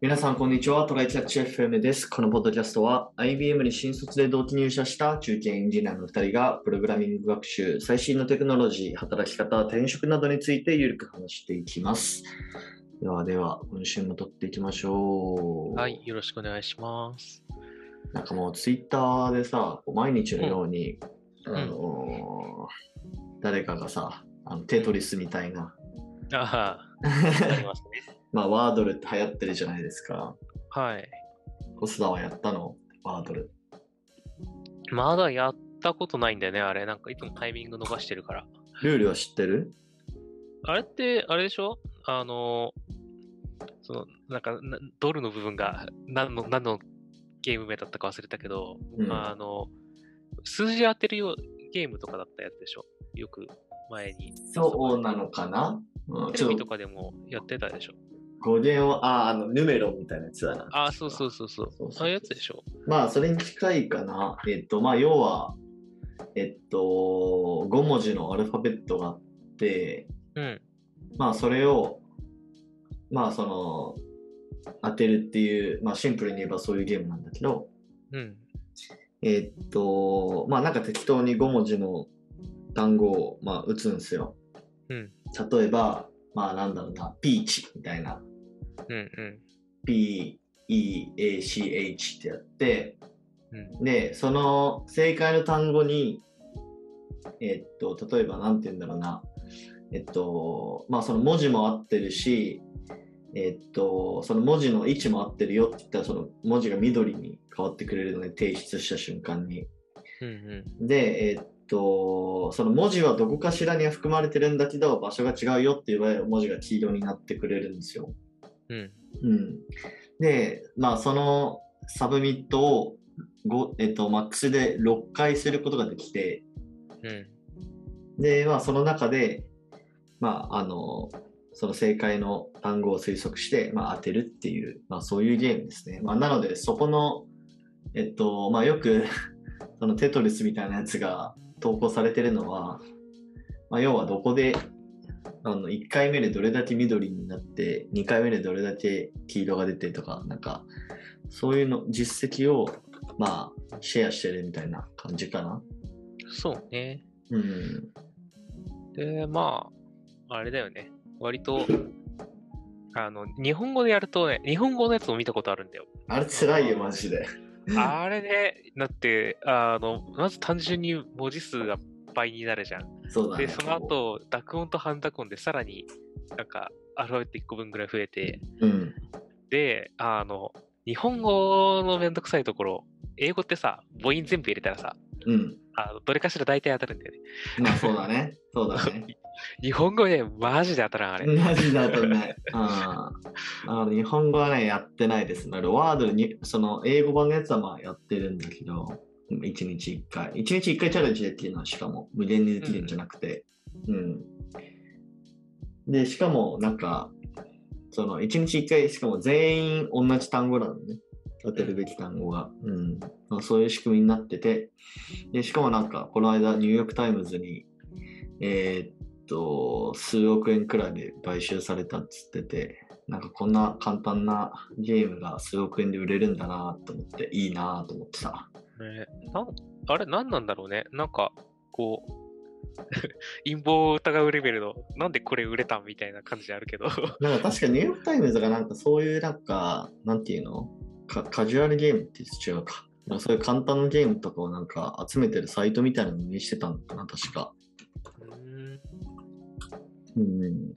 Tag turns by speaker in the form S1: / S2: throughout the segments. S1: 皆さん、こんにちは。トライキャッチ FM です。このポッドキャストは、IBM に新卒で同期入社した中堅エンジニアの2人が、プログラミング学習、最新のテクノロジー、働き方、転職などについてゆるく話していきます。ではでは、今週も撮っていきましょう。
S2: はい、よろしくお願いします。
S1: なんかもうツイッターでさ、こう毎日のように、
S2: ん
S1: あのー誰かがさ、あのテトリスみたいな、
S2: ああ、ありますね。
S1: まあワードルって流行ってるじゃないですか。
S2: はい。
S1: コスダはやったのワードル。
S2: まだやったことないんだよね、あれ。なんかいつもタイミング逃してるから。
S1: ルールは知ってる
S2: あれって、あれでしょあの、その、なんか、なドルの部分が何の、何のゲーム名だったか忘れたけど、
S1: うん
S2: あの、数字当てるようゲームとかだったやつでしょよく前に。
S1: そうなのかな、うん、
S2: テ
S1: ち
S2: レ
S1: ょ
S2: ビ
S1: っ
S2: と
S1: と
S2: かでもやってたでしょ
S1: 語源を、あ、あの、ヌメロみたいなやつだな。
S2: ああ、そうそうそうそう。
S1: そうそうそう
S2: ああいうやつでしょ
S1: まあ、それに近いかな。えっと、まあ、要は、えっと、5文字のアルファベットがあって、
S2: うん。
S1: まあ、それを、まあ、その、当てるっていう、まあ、シンプルに言えばそういうゲームなんだけど、
S2: うん。
S1: えっと、まあ、なんか適当に5文字の単語を、まあ、打つんですよ。
S2: うん。
S1: 例えば、まあ、なんだろうな、ピーチみたいな。
S2: うんうん。
S1: PEACH ってやって、
S2: う
S1: でその正解の単語にえっと例えば何て言うんだろうなえっとまあその文字も合ってるしえっとその文字の位置も合ってるよって言ったらその文字が緑に変わってくれるので提出した瞬間に
S2: うんうん。
S1: でえっとその文字はどこかしらには含まれてるんだけど場所が違うよっていう場合は文字が黄色になってくれるんですよ
S2: うん。
S1: うん、で、まあ、そのサブミットをご、えっと、マックスで6回することができて、
S2: うん。
S1: で、まあ、その中で、まあ、あの、その正解の単語を推測して、まあ、当てるっていう、まあ、そういうゲームですね。まあ、なので、そこの、えっと、まあ、よく、 そのテトリスみたいなやつが投稿されてるのは、まあ、要はどこで、あの、1回目でどれだけ緑になって、2回目でどれだけ黄色が出てとか、なんか、そういうの、実績を、まあ、シェアしてるみたいな感じかな。
S2: そうね。
S1: うん。
S2: で、まあ、あれだよね。割と、あの、日本語でやるとね、日本語のやつも見たことあるんだよ。
S1: あれ辛いよ、マジで。
S2: あれね、だって、あの、まず単純に文字数が倍になるじゃん。
S1: そうだね。
S2: で、その後、濁音と半濁音でさらに、なんか、アルファベット1個分ぐらい増えて、
S1: うん。
S2: で、あの、日本語のめんどくさいところ、英語ってさ、母音全部入れたらさ、
S1: うん。
S2: あのどれかしら大体当たるんだよね。
S1: まあそうだね。そうだね。
S2: 日本語ね、マジで当たらん、あれ。
S1: マジだとね。うん。あの日本語はね、やってないです。だからワードルに、その英語版のやつはまあやってるんだけど、1日1回。1日1回チャレンジできるのはしかも、無限にできるんじゃなくて。うん。で、しかもなんか、その1日1回、しかも全員同じ単語なのね。当てるべき単語が。うん。まあそういう仕組みになってて。で、しかもなんか、この間ニューヨークタイムズに、えーっえっと、数億円くらいで買収されたっつってて、なんかこんな簡単なゲームが数億円で売れるんだなと思って、いいなと思ってさ。
S2: ね、なんあれ、何なんだろうね。なんか、こう、 陰謀を疑うレベルの、なんでこれ売れたんみたいな感じあるけ ど。
S1: なんか確かニューヨークタイムズがなんかそういうなんか、なんていうのかカジュアルゲームって違うか。なんかそういう簡単なゲームとかをなんか集めてるサイトみたいなのにしてたのかな、確か。うん。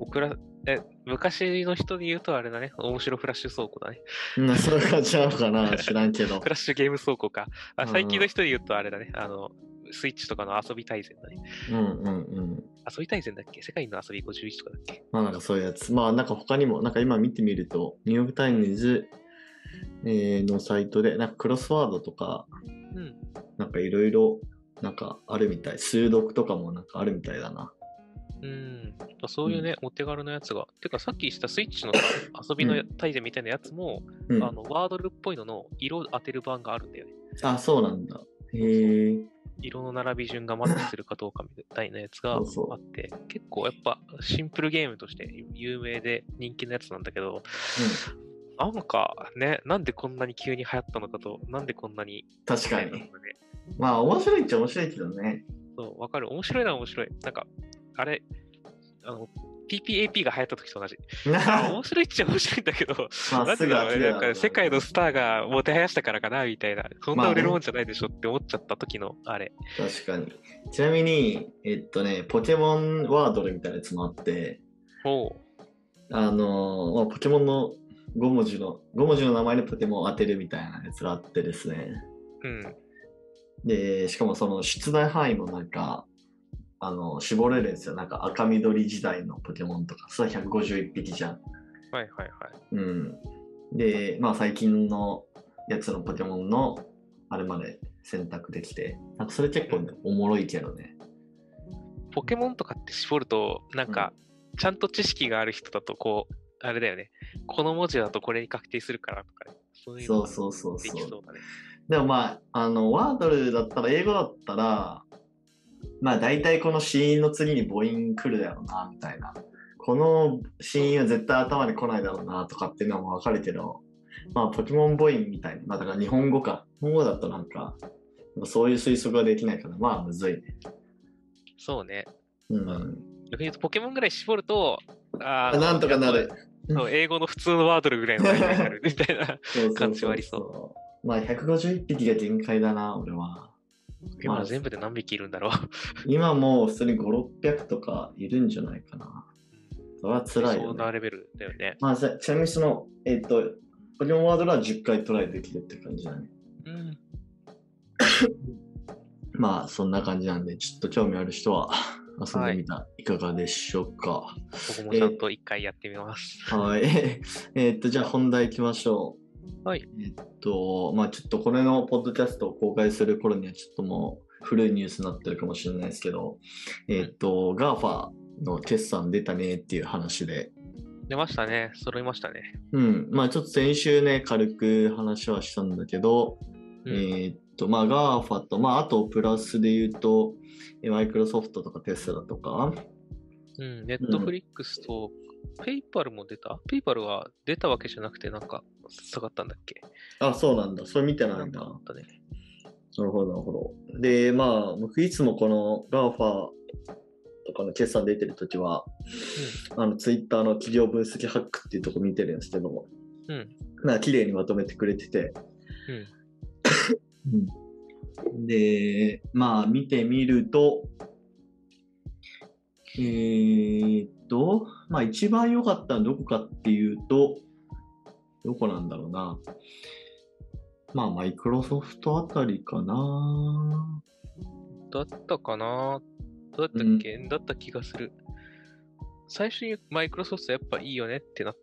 S2: 僕ら、え、昔の人に言うとあれだね。面白フラッシュ倉庫だね。
S1: うん、そういう感じなのかな、知らんけど
S2: フ。ラッシュゲーム倉庫か。あ
S1: うん
S2: 最近の人に言うとあれだね。あの、スイッチとかの遊び大全だね。
S1: うんうんうん。
S2: 遊び大全だっけ世界の遊び51とかだっけ
S1: まあなんかそういうやつ。まあなんか他にも、なんか今見てみると、ニューヨークタイムズ、えーのサイトで、なんかクロスワードとか、
S2: うん。
S1: なんかいろいろ、なんかあるみたい。数読とかもなんかあるみたいだな。
S2: うん。そういうね、お手軽なやつが。てか、さっきしたスイッチのさ遊びの大全みたいなやつも、
S1: うん。
S2: あのワードルっぽいのの色を当てる版があるんだよね。
S1: あ、そうなんだ。へえ。
S2: 色の並び順がマッチするかどうかみたいなやつがあ
S1: そ
S2: っ
S1: うそう
S2: て、結構やっぱシンプルゲームとして有名で人気のやつなんだけど、なんかね、なんでこんなに急に流行ったのかと、なんでこんなに
S1: 確か
S2: 流行っ
S1: に。
S2: たのかね。
S1: まあ面白いっちゃ面白いけどね。
S2: そう、わかる。面白いな、面白い。なんか、あれ、あの、PPAP が流行った時と同じ。 あ面白いっちゃ面白いんだけど、
S1: ま
S2: な
S1: あ
S2: んですだ
S1: ぐ
S2: ろ
S1: 飽
S2: う
S1: き
S2: ね、
S1: る
S2: なんか世界のスターがもてはやしたからかな、みたいな。そんな売れるもんじゃないでしょって思っちゃった時の、あれ。
S1: 確かに。ちなみに、えっとね、ポケモンワードルみたいなやつもあって、
S2: おう
S1: あのーまあ、ポケモンの5文字の、5文字の名前でポケモンを当てるみたいなやつがあってですね。
S2: うん。
S1: で、しかもその出題範囲もなんか、あの、絞れるんですよ。なんか赤緑時代のポケモンとか、それは151匹じゃん。
S2: はいはいはい。
S1: うん。で、まあ最近のやつのポケモンのあれまで選択できて、なんかそれ結構ね、おもろいけどね。
S2: ポケモンとかって絞ると、なんか、ちゃんと知識がある人だと、こう、あれだよね。この文字だとこれに確定するからとか、そういうの
S1: そう
S2: が
S1: そうそう
S2: で
S1: そ
S2: き
S1: う
S2: そ。うだね。
S1: でもまあ、あの、ワードルだったら、英語だったら、まあ大体この子音の次に母音来るだろうな、みたいな。この子音は絶対頭に来ないだろうな、とかっていうのもわかるけど、まあポケモン母音みたいな、まあだから日本語か。日本語だとなんか、そういう推測ができないから、まあむずいね。
S2: そうね。
S1: うん。
S2: 逆に言うと、ポケモンぐらい絞ると、あ
S1: あ
S2: ー
S1: なんとかなる。。
S2: そう英語の普通のワードルぐらいの内容になるみ たいな。
S1: そうそうそう。
S2: 感じはありそう
S1: まあ151匹が限界だな、俺は。
S2: 今全部で何匹いるんだろう。
S1: 今もう普通に5、600とかいるんじゃないかな。それは辛い
S2: そ
S1: よ、
S2: ん
S1: ね
S2: な。レベルだよね。
S1: まあ、ちちなみにその、えっ、と、ポケモンワードは10回トライできるって感じだね。
S2: うん。
S1: まあ、そんな感じなんで、ちょっと興味ある人は遊んでみた、い、かがでしょうか。
S2: 僕もちゃんと一回やってみます。
S1: はい。 えっと、じゃあ本題行きましょう。
S2: はい。
S1: えっと、まあちょっとこれのポッドキャストを公開する頃にはちょっともう古いニュースになってるかもしれないですけど、えっと、GAFA の決算出たねっていう話で、
S2: 出ましたね。揃いましたね。
S1: うん、まあちょっと先週ね、軽く話はしたんだけど、
S2: うん
S1: えーっと、まあ GAFA と、まああとプラスで言うと、マイクロソフトとかテスラとか、
S2: うん。ネットフリックスと、ペイパルも出たペイパルは出たわけじゃなくて、なんか下がったんだっけ
S1: あ、そうなんだ、それ見てない
S2: なんんかあ
S1: だ。
S2: ったね。
S1: なるほど、なるほど。で、まあ、僕いつもこの GAFA とかの決算出てるときは、あの、ツイッターの企業分析ハックっていうとこ見てるんですけど、
S2: うん。
S1: なんか綺麗にまとめてくれてて、
S2: うん。
S1: で、まあ、見てみると、えーっと、まあ、一番良かったのはどこかっていうと、どこなんだろうな。まあ、マイクロソフトあたりかな。
S2: だったかなどうだったっけ、だった気がする。最初にマイクロソフトやっぱいいよねってなっ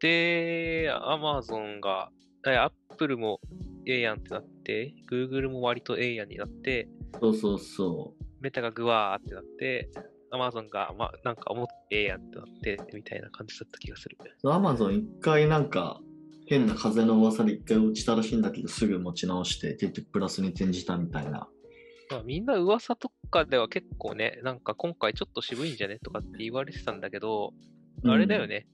S2: て、アマゾンが、アップルもええやんってなって、グーグルも割とええやんになって、
S1: そうそうそ
S2: メタがグワーってなって、アマゾンが、まあ、なんか思ってええやんってなって、みたいな感じだった気がする。
S1: う。アマゾン一回なんか、変な風の噂で一回落ちたらしいんだけど、すぐ持ち直して、結局プラスに転じたみたいな。
S2: まあ、みんな噂とかでは結構ね、なんか今回ちょっと渋いんじゃねとかって言われてたんだけど、あれだよ
S1: ね。
S2: ね。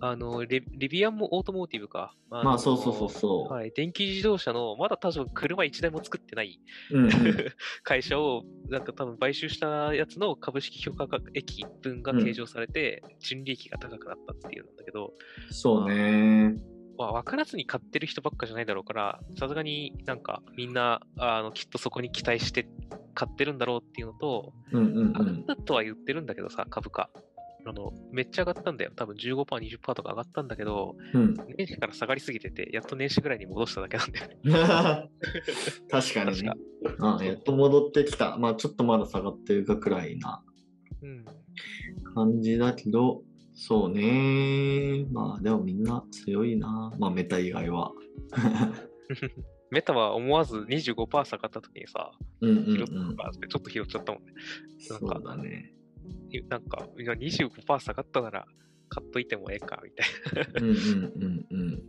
S2: あのレ、リビアンもオートモーティブか。あの
S1: まあ、そうそうそうそう。
S2: はい。電気自動車の、まだ多分車1台も作ってない
S1: うんうん
S2: 会社を、なんか多分買収したやつの株式許可益分が計上されて、純利益が高くなったっていうんだけど、
S1: そうね。
S2: まあ、分からずに買ってる人ばっかじゃないだろうから、さすがになんかみんな、あの、きっとそこに期待して買ってるんだろうっていうのと、
S1: うんうんう
S2: 上が
S1: ん
S2: っ。 たとは言ってるんだけどさ、株価。あの、めっちゃ上がったんだよ。多分15%、20%とか上がったんだけど、
S1: うん、
S2: 年始から下がりすぎてて、やっと年始ぐらいに戻しただけなんだよ ね。
S1: 確かにね。あやっと戻ってきた。まあちょっとまだ下がってるかくらいな
S2: うん。
S1: 感じだけど、そうね。まあでもみんな強いな。まあメタ以外は。
S2: メタは思わず25%下がった時にさ、
S1: うんうん
S2: 拾
S1: う
S2: ったの
S1: ん。
S2: かってちょっと拾っちゃったもんね。
S1: そうだね。
S2: なんか、いや25%下がったなら買っといてもええか、みたい
S1: うんうんうんうん。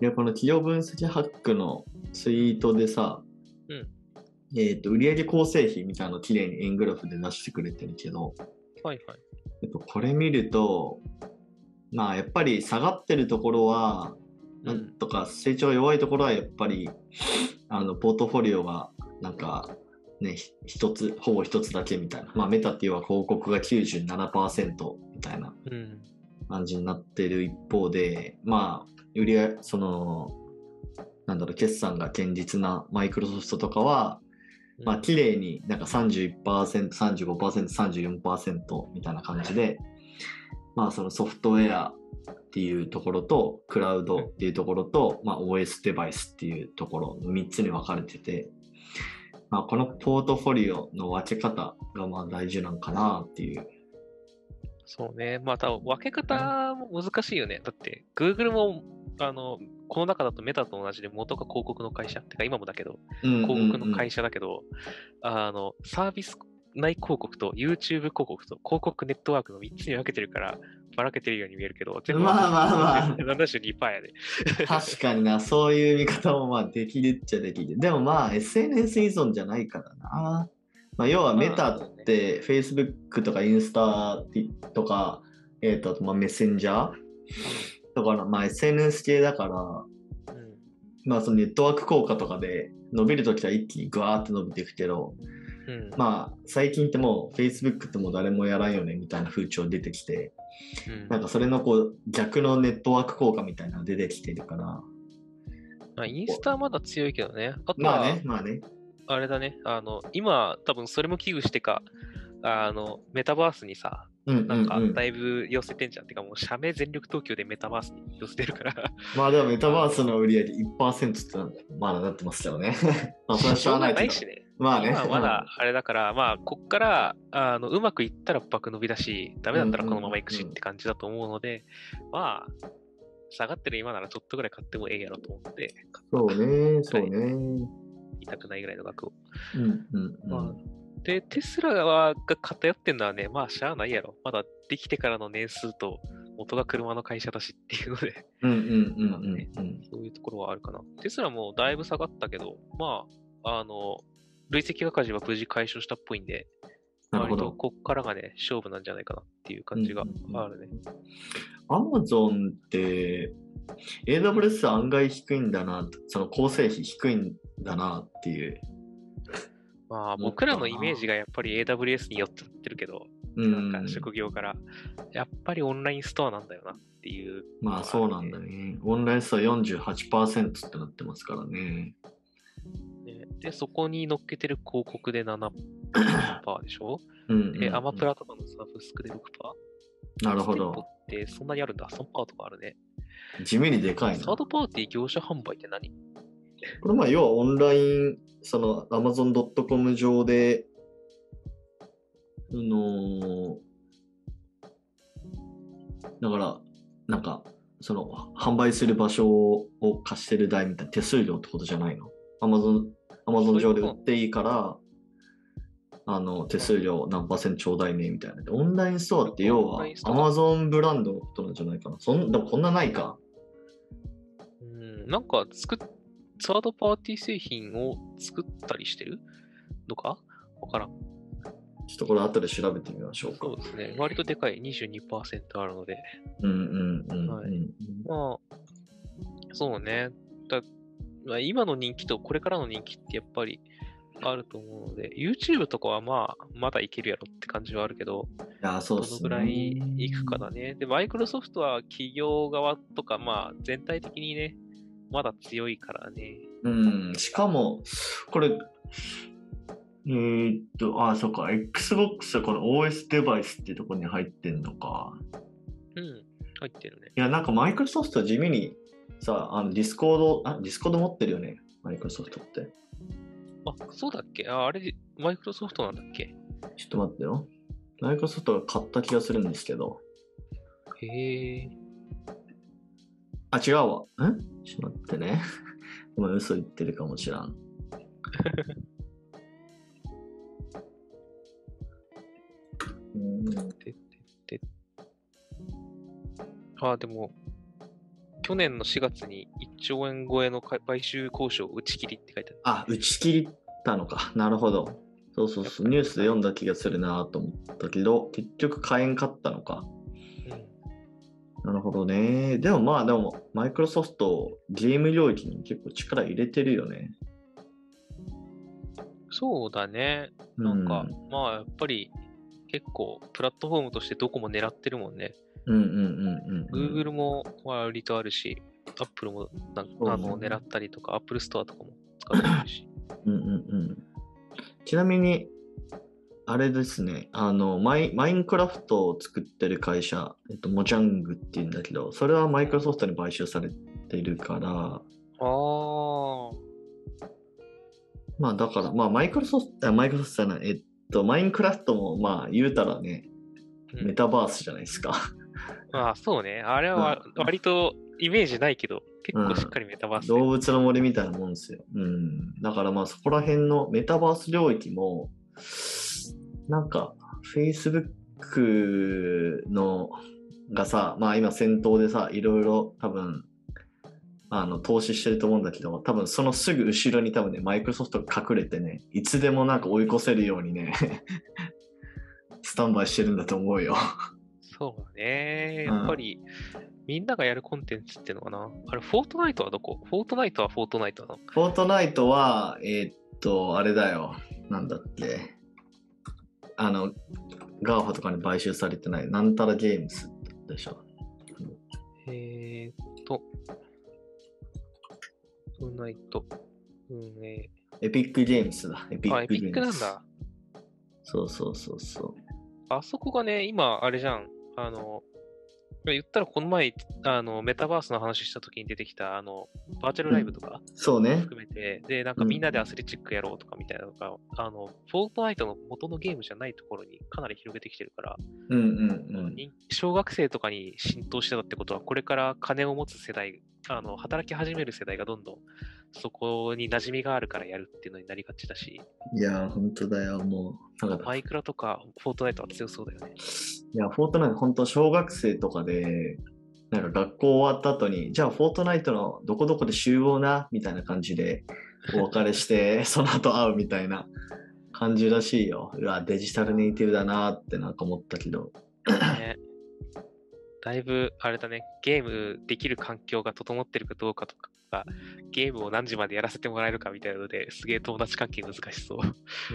S1: で、この企業分析ハックのツイートでさ、
S2: うん
S1: えっ、と、売上構成比みたいなのを綺麗に円グラフで出してくれてるけど、
S2: はいはい。
S1: えっと、これ見ると、まあ、やっぱり下がってるところは、
S2: う
S1: なん
S2: ん。
S1: とか成長が弱いところはやっぱり、あの、ポートフォリオが、なんか、ね、ひ一つ、ほぼ一つだけみたいな。まあ、メタっていうのは広告が97%みたいな
S2: うん。
S1: 感じになってる一方で、まあ、売り上その、なんだろう、決算が堅実なマイクロソフトとかは、まあ、綺麗になんか31%、35%、34%みたいな感じで、まあ、そのソフトウェアっていうところと、クラウドっていうところと、まあ、OS デバイスっていうところ、3つに分かれてて、まあ、このポートフォリオの分け方がまあ大事なんかなっていう。
S2: そうね。また、分け方も難しいよね。だって、Google も、あの、この中だとメタと同じで元が広告の会社。てか、今もだけど、広告の会
S1: 社。
S2: 社だけど、あの、サービス内広告と YouTube 広告と広告ネットワークの3つに分けてるから、ばらけてるように見えるけど、全部、
S1: まあまあまあ
S2: 72%やで。
S1: 確かにな、そういう見方もまあできるっちゃできる。でもまあ SNS 依存じゃないからな。まあ、要はメタって、Facebook とかインスタとか、えーとあとまあメッセンジャーとかの、まあ、SNS 系だから、
S2: うん
S1: まあ、そのネットワーク効果とかで伸びるときは一気にグワーって伸びていくけど、
S2: うん。
S1: まあ、最近ってもう Facebook ってもう誰もやらんよねみたいな風潮出てきて、
S2: うん
S1: なんかそれのこう逆のネットワーク効果みたいなの出てきてるから、
S2: まあ、インスタはまだ強いけどね。あと
S1: まあ
S2: は
S1: ね、、まあね。
S2: あれだね。あの、今、多分それも危惧してか、あの、メタバースにさ、
S1: うんうん
S2: なんか
S1: うん
S2: だいぶ寄せてんじゃん。てかもう社名全力投球でメタバースに寄せてるから。
S1: まあでもメタバースの売り上げ1%ってまだなってますけど ね。まあそれはしょうがないけ
S2: ない
S1: ど。
S2: しね。
S1: まあね。
S2: 今はまだあれだから、まあ、こっから、あの、うまくいったら爆伸びだし、ダメだったらこのままいくしって感じだと思うので、まあ、下がってる今ならちょっとぐらい買ってもええやろと思って、
S1: そうね、そうね。
S2: 痛くないぐらいの額を。
S1: うんうんう
S2: ま
S1: ん。
S2: あ、で、テスラはが偏ってんのはね、まあ、しゃあないやろ。まだできてからの年数と、元が車の会社だしっていうので、
S1: うんうんうんうんうん。
S2: そういうところはあるかな。テスラもだいぶ下がったけど、まあ、あの、累積赤字は無事解消したっぽいんで、
S1: なるほ
S2: 割と
S1: ど。
S2: こっからがね、勝負なんじゃないかなっていう感じがあるね。
S1: アマゾンって、AWS 案外低いんだな、その構成費低いんだなっていう。
S2: ま
S1: 思
S2: あ、
S1: ったな
S2: 僕らのイメージがやっぱり AWS に寄っちゃってるけど、
S1: う
S2: なん
S1: ん。
S2: か職業から、やっぱりオンラインストアなんだよなっていう。
S1: まあそうなんだね。オンラインストア48%ってなってますからね。
S2: ねで、そこに乗っけてる広告で7%でしょ
S1: うんうんうん
S2: で、アマプラとかのサブスクで6%。
S1: なるほ
S2: ステップ
S1: ど。
S2: ってそんなにあるんだ。3%とかあるね。
S1: 地味にでかいな
S2: サー。ドパーティー業者販売って何
S1: これまあ要はオンライン、その Amazon.com 上で、あのーだから、なんか、その、販売する場所を貸してる代みたいな手数料ってことじゃないの ?Amazon、Amazon 上で売っていいから、あの、手数料何パーセントちょうだいね、みたいな。でオンラインストアって要
S2: オン
S1: は
S2: ラインストア
S1: Amazon ブランドのことなんじゃないかな。そんでもこんなないか。
S2: うん、なんか作っ、サードパーティー製品を作ったりしてるのかわからん。
S1: ちょっとこれ後で調べてみましょうか
S2: そう。ですね。割とでかい22%あるので。
S1: うんうんうんうん
S2: はいまあ、そうね。だまあ、今の人気とこれからの人気ってやっぱりあると思うので、YouTube とかはまあ、まだいけるやろって感じはあるけど、
S1: いやー、そ
S2: ど
S1: うっ
S2: の
S1: すね。
S2: ぐらいいくかだね。で、マイクロソフトは企業側とか、まあ、全体的にね、まだ強いからね。
S1: うん、しかも、これ、えーっと、あ、そっか、Xbox はこの OS デバイスってとこに入ってんのか。
S2: うん、入ってるね。
S1: いや、なんかマイクロソフト地味にさ、あの、ディスコード、あ、ディスコード持ってるよね、マイクロソフトって。
S2: あ、そうだっけああれ、マイクロソフトなんだっけ
S1: ちょっと待ってよ。マイクロソフトが買った気がするんですけど。
S2: へえ。
S1: あ、違うわ。んちょっと待ってね。 今嘘言ってるかもしらん。うん
S2: あ、でも、去年の4月に1兆円超えの買買収交渉打ち切りって書いてある。
S1: あ、打ち切りたのか。なるほど。そうそうそう。ニュースで読んだ気がするなと思ったけど、結局買えんかったのか。なるほどね。でもまあでも、マイクロソフトゲーム領域に結構力入れてるよね。
S2: そうだね。
S1: う
S2: なんか、まあやっぱり結構プラットフォームとしてどこも狙ってるもんね。
S1: うんうんうんうんうん。
S2: Google も割とあるし、Apple もなんか
S1: そうね
S2: あの狙ったりとか、Apple Store とかも使って るし。
S1: うんうんうん。ちなみに、あれですね、あのマイ、マインクラフトを作ってる会社、えっと、モジャングっていうんだけど、それはマイクロソフトに買収されてるから、
S2: ああ、
S1: まあだから、まあマイクロソフト、あマイクロソフトじゃない、えっと、マインクラフトもまあ言うたらね、
S2: うん
S1: メタバースじゃないですか。
S2: まあそうね。あれはわ
S1: うん
S2: 割とイメージないけど、結構しっかりメタバースで。
S1: 動物の森みたいなもんですよ。うん。だからまあそこら辺のメタバース領域も、なんか Facebook のがさ、まあ今先頭でさ、いろいろ多分、あの投資してると思うんだけど、多分そのすぐ後ろに多分ね、マイクロソフトが隠れてね、いつでもなんか追い越せるようにね、 スタンバイしてるんだと思うよ。
S2: そうだね。
S1: うん
S2: やっぱり、みんながやるコンテンツっていうのかな。あれ、フォートナイトはどこフォートナイトはフォートナイトなの。
S1: フォートナイトは、えーっと、あれだよ。なんだっけ。あの、ガーファとかに買収されてない、なんたらゲームスでしょ。
S2: えーっと、フォートナイト、運営。
S1: エピックゲームスだ。エピ
S2: あ、
S1: ッ
S2: エ
S1: ク
S2: ピ
S1: ゲ
S2: ッ
S1: ー
S2: クな
S1: ム
S2: ん
S1: ス。
S2: だ。
S1: そうそうそうそ
S2: あそこがね、今、あれじゃん。あの、言ったらこの前、あの、メタバースの話した時に出てきた、あの、バーチャルライブとか
S1: う。そうね。
S2: 含めて、で、なんかみんなでアスレチックやろうとかみたいなのが、あの、フォートナイトの元のゲームじゃないところにかなり広げてきてるから、
S1: うんうんうん。
S2: 人小学生とかに浸透してたってことは、これから金を持つ世代、あの働き始める世代がどんどんそこに馴染みがあるからやるっていうのになりがちだし、
S1: いやー、ほんとだよ。もう、なんか、
S2: マ
S1: い
S2: イクラとかフォートナイトは強そうだよ ね。
S1: や、フォートナイト、ほんと小学生とかで、なんか学校終わった後に、じゃあフォートナイトのどこどこで集合な、みたいな感じで、お別れして、その後会うみたいな感じらしいよ。うわ、デジタルネイティブだなってなんか思ったけど。
S2: ねだいぶ、あれだね、ゲームできる環境が整ってるかどうかとか、ゲームを何時までやらせてもらえるかみたいなのですげえ友達関係難し そう。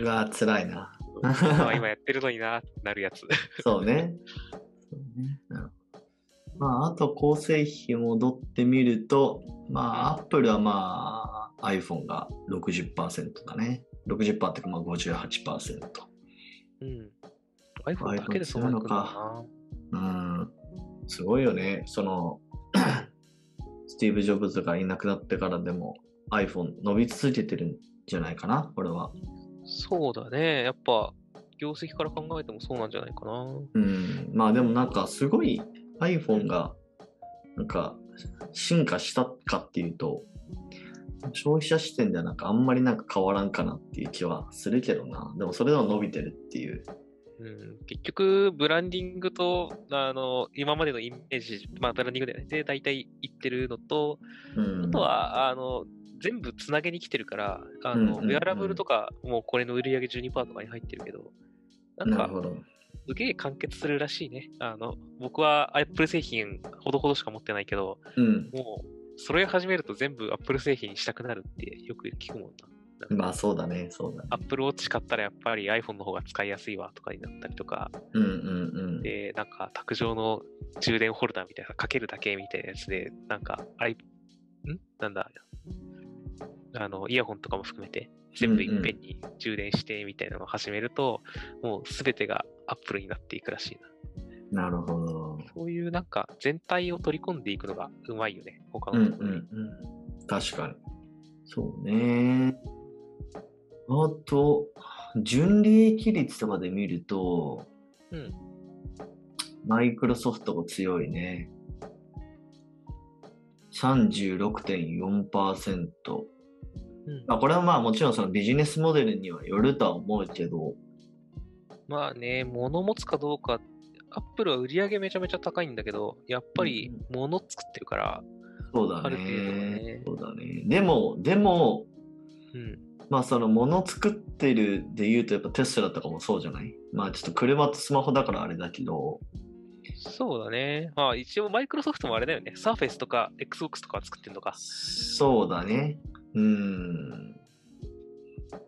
S1: うわ、辛いな。
S2: まあ今やってるのになってなるやつ。
S1: そうね。そうねなるほどまあ、あと構成費戻ってみると、まあ、Apple はまあ、iPhone が60%だね。60%っていうかまあ58%。
S2: うん。iPhone だけでそんなにいくんだな。
S1: うん。すごいよね。その、 スティーブ・ジョブズがいなくなってからでも iPhone 伸び続けてるんじゃないかな、これは。
S2: そうだね。やっぱ、業績から考えてもそうなんじゃないかな。
S1: うん。まあでもなんかすごい iPhone がなんか進化したかっていうと、消費者視点ではなんかあんまりなんか変わらんかなっていう気はするけどな。でもそれでも伸びてるっていう。
S2: うん、結局、ブランディングと、あの、今までのイメージ、まあ、ブランディングだよね。で、大体言ってるのと、
S1: うん。
S2: あとは、あの、全部つなげに来てるから、あの、
S1: うんうんうん
S2: ウェアラブルとか、もうこれの売り上げ12%とかに入ってるけど、なん
S1: なる
S2: か、
S1: ほど。
S2: すげえ完結するらしいね。あの、僕は Apple 製品ほどほどしか持ってないけど、
S1: うん。
S2: もう、揃え始めると全部 Apple 製品にしたくなるってよく聞くもん
S1: まあそうだね、そうだね。
S2: な。Apple Watch 買ったらやっぱり iPhone の方が使いやすいわとかになったりとか、
S1: うんうんうん。
S2: で、なんか卓上の充電ホルダーみたいな、かけるだけみたいなやつで、なんか、i、んなんだ、あの、イヤホンとかも含めて、全部いっぺんに充電してみたいなのを始めると、もうすべてが Apple になっていくらしいな。
S1: なるほど。
S2: そういうなんか全体を取り込んでいくのがうまいよね、他
S1: うん
S2: の
S1: う
S2: ところに。
S1: んうん。確かに。そうね。あと、純利益率とかで見ると、
S2: うん
S1: マイクロソフトが強いね。36.4%。
S2: うん
S1: まあ、これはまあもちろんそのビジネスモデルにはよるとは思うけど、
S2: まあね、物持つかどうか、アップルは売り上げめちゃめちゃ高いんだけど、やっぱり
S1: うん
S2: 物作ってるから、
S1: そうだ
S2: ある程度は
S1: ね
S2: ね。
S1: そうだね。でも、でも、
S2: うん、
S1: まあそのもの作ってるで言うとやっぱテスラとかもそうじゃないまあちょっと車とスマホだからあれだけど、
S2: そうだね。まあ一応マイクロソフトもあれだよね。サーフェスとか Xbox とかは作ってんのか。
S1: そうだね。うん。で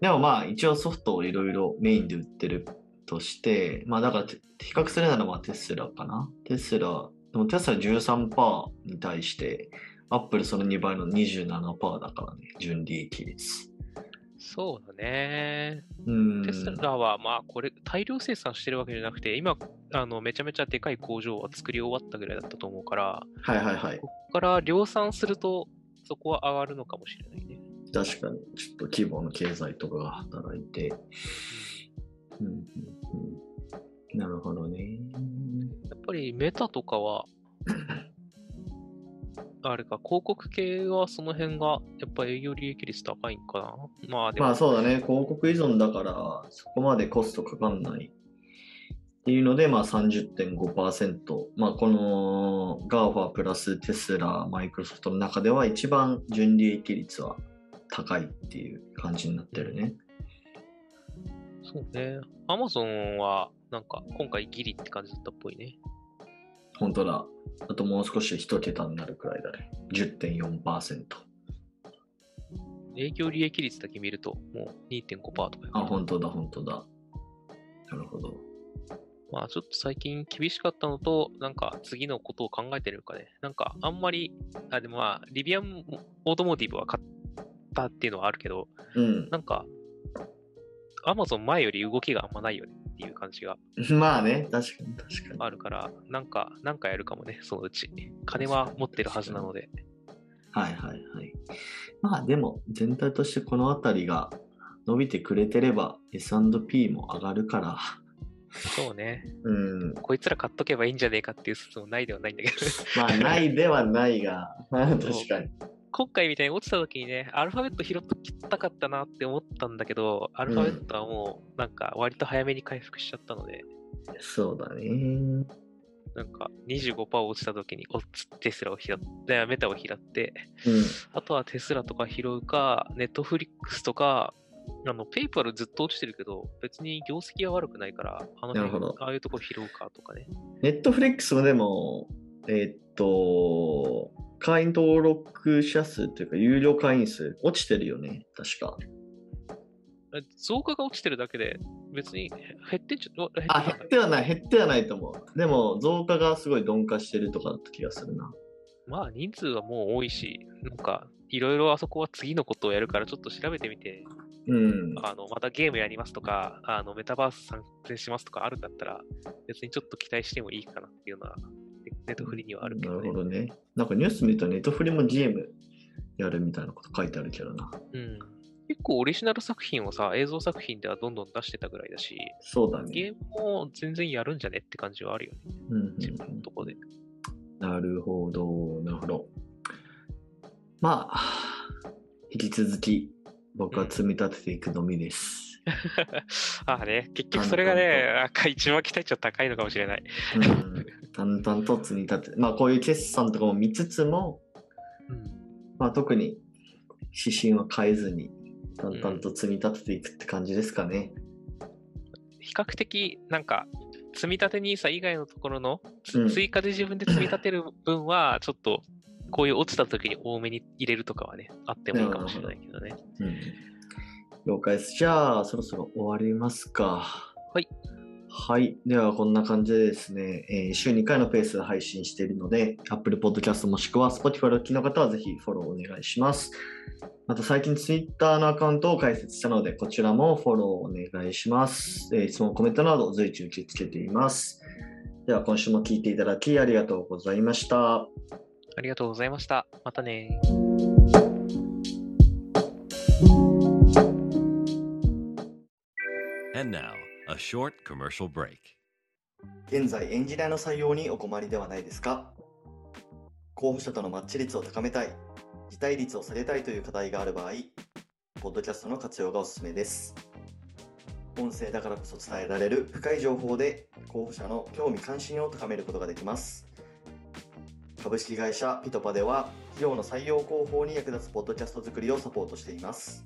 S1: もまあ一応ソフトをいろいろメインで売ってるとして、まあだからて比較するならまあテスラかな。テスラ、でもテスラ13%に対して、アップルその2倍の27%だからね、純利益率。
S2: そうだね。
S1: うん。
S2: テスラはまあこれ大量生産してるわけじゃなくて、今、あのめちゃめちゃでかい工場は作り終わったぐらいだったと思うから、
S1: はいはいはい。
S2: ここから量産するとそこは上がるのかもしれないね。
S1: 確かに、ちょっと規模の経済とかが働いて。うんうんうん、なるほどね。
S2: やっぱりメタとか は、あれか、広告系はその辺が、やっぱ営業利益率高いんかな。まあでも、
S1: まあそうだね、広告依存だから、そこまでコストかかんない。っていうので、まあ30.5%。まあこの GAFA プラステスラ、マイクロソフトの中では一番純利益率は高いっていう感じになってるね。
S2: そうね。アマゾンは、なんか、今回ギリって感じだったっぽいね。
S1: 本当だ。あともう少しで一桁になるくらいだね。10.4%。
S2: 営業利益率だけ見ると、もう2.5%とかやか
S1: あ、
S2: ら
S1: 本当だ、本当だ。なるほど。
S2: まあちょっと最近厳しかったのと、なんか次のことを考えてるかね。なんかあんまり、あ、でもまあ、リビアンオートモーティブは買ったっていうのはあるけど、
S1: うん。
S2: なんか、アマゾン前より動きがあんまないよねっていう感じが
S1: まあね、確かに確かに。
S2: あるから、なんか、なんかやるかもね、そのうち。金は持ってるはずなので。
S1: はいはいはい。まあでも全体としてこの辺りが伸びてくれてれば S&P も上がるから、
S2: そうね。
S1: うん、
S2: こいつら買っとけばいいんじゃねえかっていう説もないではないんだけど、
S1: まあないではない が、確かに。
S2: 今回みたいに落ちた時にね、アルファベット拾っときたかったなって思ったんだけど、アルファベットはもう、なんか割と早めに回復しちゃったので、
S1: そうだね。
S2: なんか25%落ちた時に、おっつテスラを拾って、あメタを拾って、
S1: うん。
S2: あとはテスラとか拾うか、ネットフリックスとか、あの、ペイパルずっと落ちてるけど、別に業績は悪くないから、あの
S1: なるほど
S2: 辺、ああいうとこ拾うかとかね。
S1: ネットフリックスもでも、えーっと、会員登録者数というか、有料会員数、落ちてるよね、確か。
S2: え増加が落ちてるだけで、別に減ってんちゃ、減って
S1: あ、
S2: た
S1: 減ってはない、減ってはないと思う。でも、増加がすごい鈍化してるとかだった気がするな。
S2: まあ人数はもう多いし、なんか、いろいろあそこは次のことをやるから、ちょっと調べてみて、
S1: うん。
S2: あの、またゲームやりますとか、あの、メタバース参戦しますとかあるんだったら、別にちょっと期待してもいいかなっていうのは、ネネットフリにはあるけど
S1: なる
S2: ね
S1: ほ。どね。なんかニュース見るとネットフリも GM やるみたいなこと書いてあるけどな。
S2: うん結構オリジナル作品をさ、映像作品ではどんどん出してたぐらいだし、
S1: そうだね。
S2: ゲームも全然やるんじゃねって感じはあるよね、
S1: うんうん
S2: 自分のとこで。
S1: なるほど、なるほど。まあ、引き続き僕は積み立てていくのみです。
S2: ああね、結局それがね、なんか一番期待値は高いのかもしれない。
S1: うん、淡々と積み立て。まあこういう決算とかも見つつも、
S2: うん、
S1: まあ、特に指針は変えずに淡々と積み立てていくって感じですかね。
S2: 比較的、なんか、積み立て NISA 以外のところの、つ
S1: うん
S2: 追加で自分で積み立てる分は、ちょっと、こういう落ちた時に多めに入れるとかはね、あってもいいかもしれないけどね。
S1: うん、了解です。じゃあ、そろそろ終わりますか。
S2: はい。
S1: はい。では、こんな感じでですね、えー週2回のペースで配信しているので、Apple Podcast もしくは Spotify の機の方はぜひフォローお願いします。また、最近 Twitter のアカウントを開設したので、こちらもフォローお願いします。えー質問、コメントなど随時受け付けています。では、今週も聞いていただきありがとうございました。
S2: ありがとうございました。またね
S3: And now, a short commercial break.
S1: 現在エンジニアの採用にお困りではないですか候補者とのマッチ率を高めたい辞退率を下げたいという課題がある場合ポッドキャストの活用がおすすめです音声だからこそ伝えられる深い情報で候補者の興味関心を高めることができます株式会社ピトパでは企業の採用広報に役立つポッドキャスト作りをサポートしています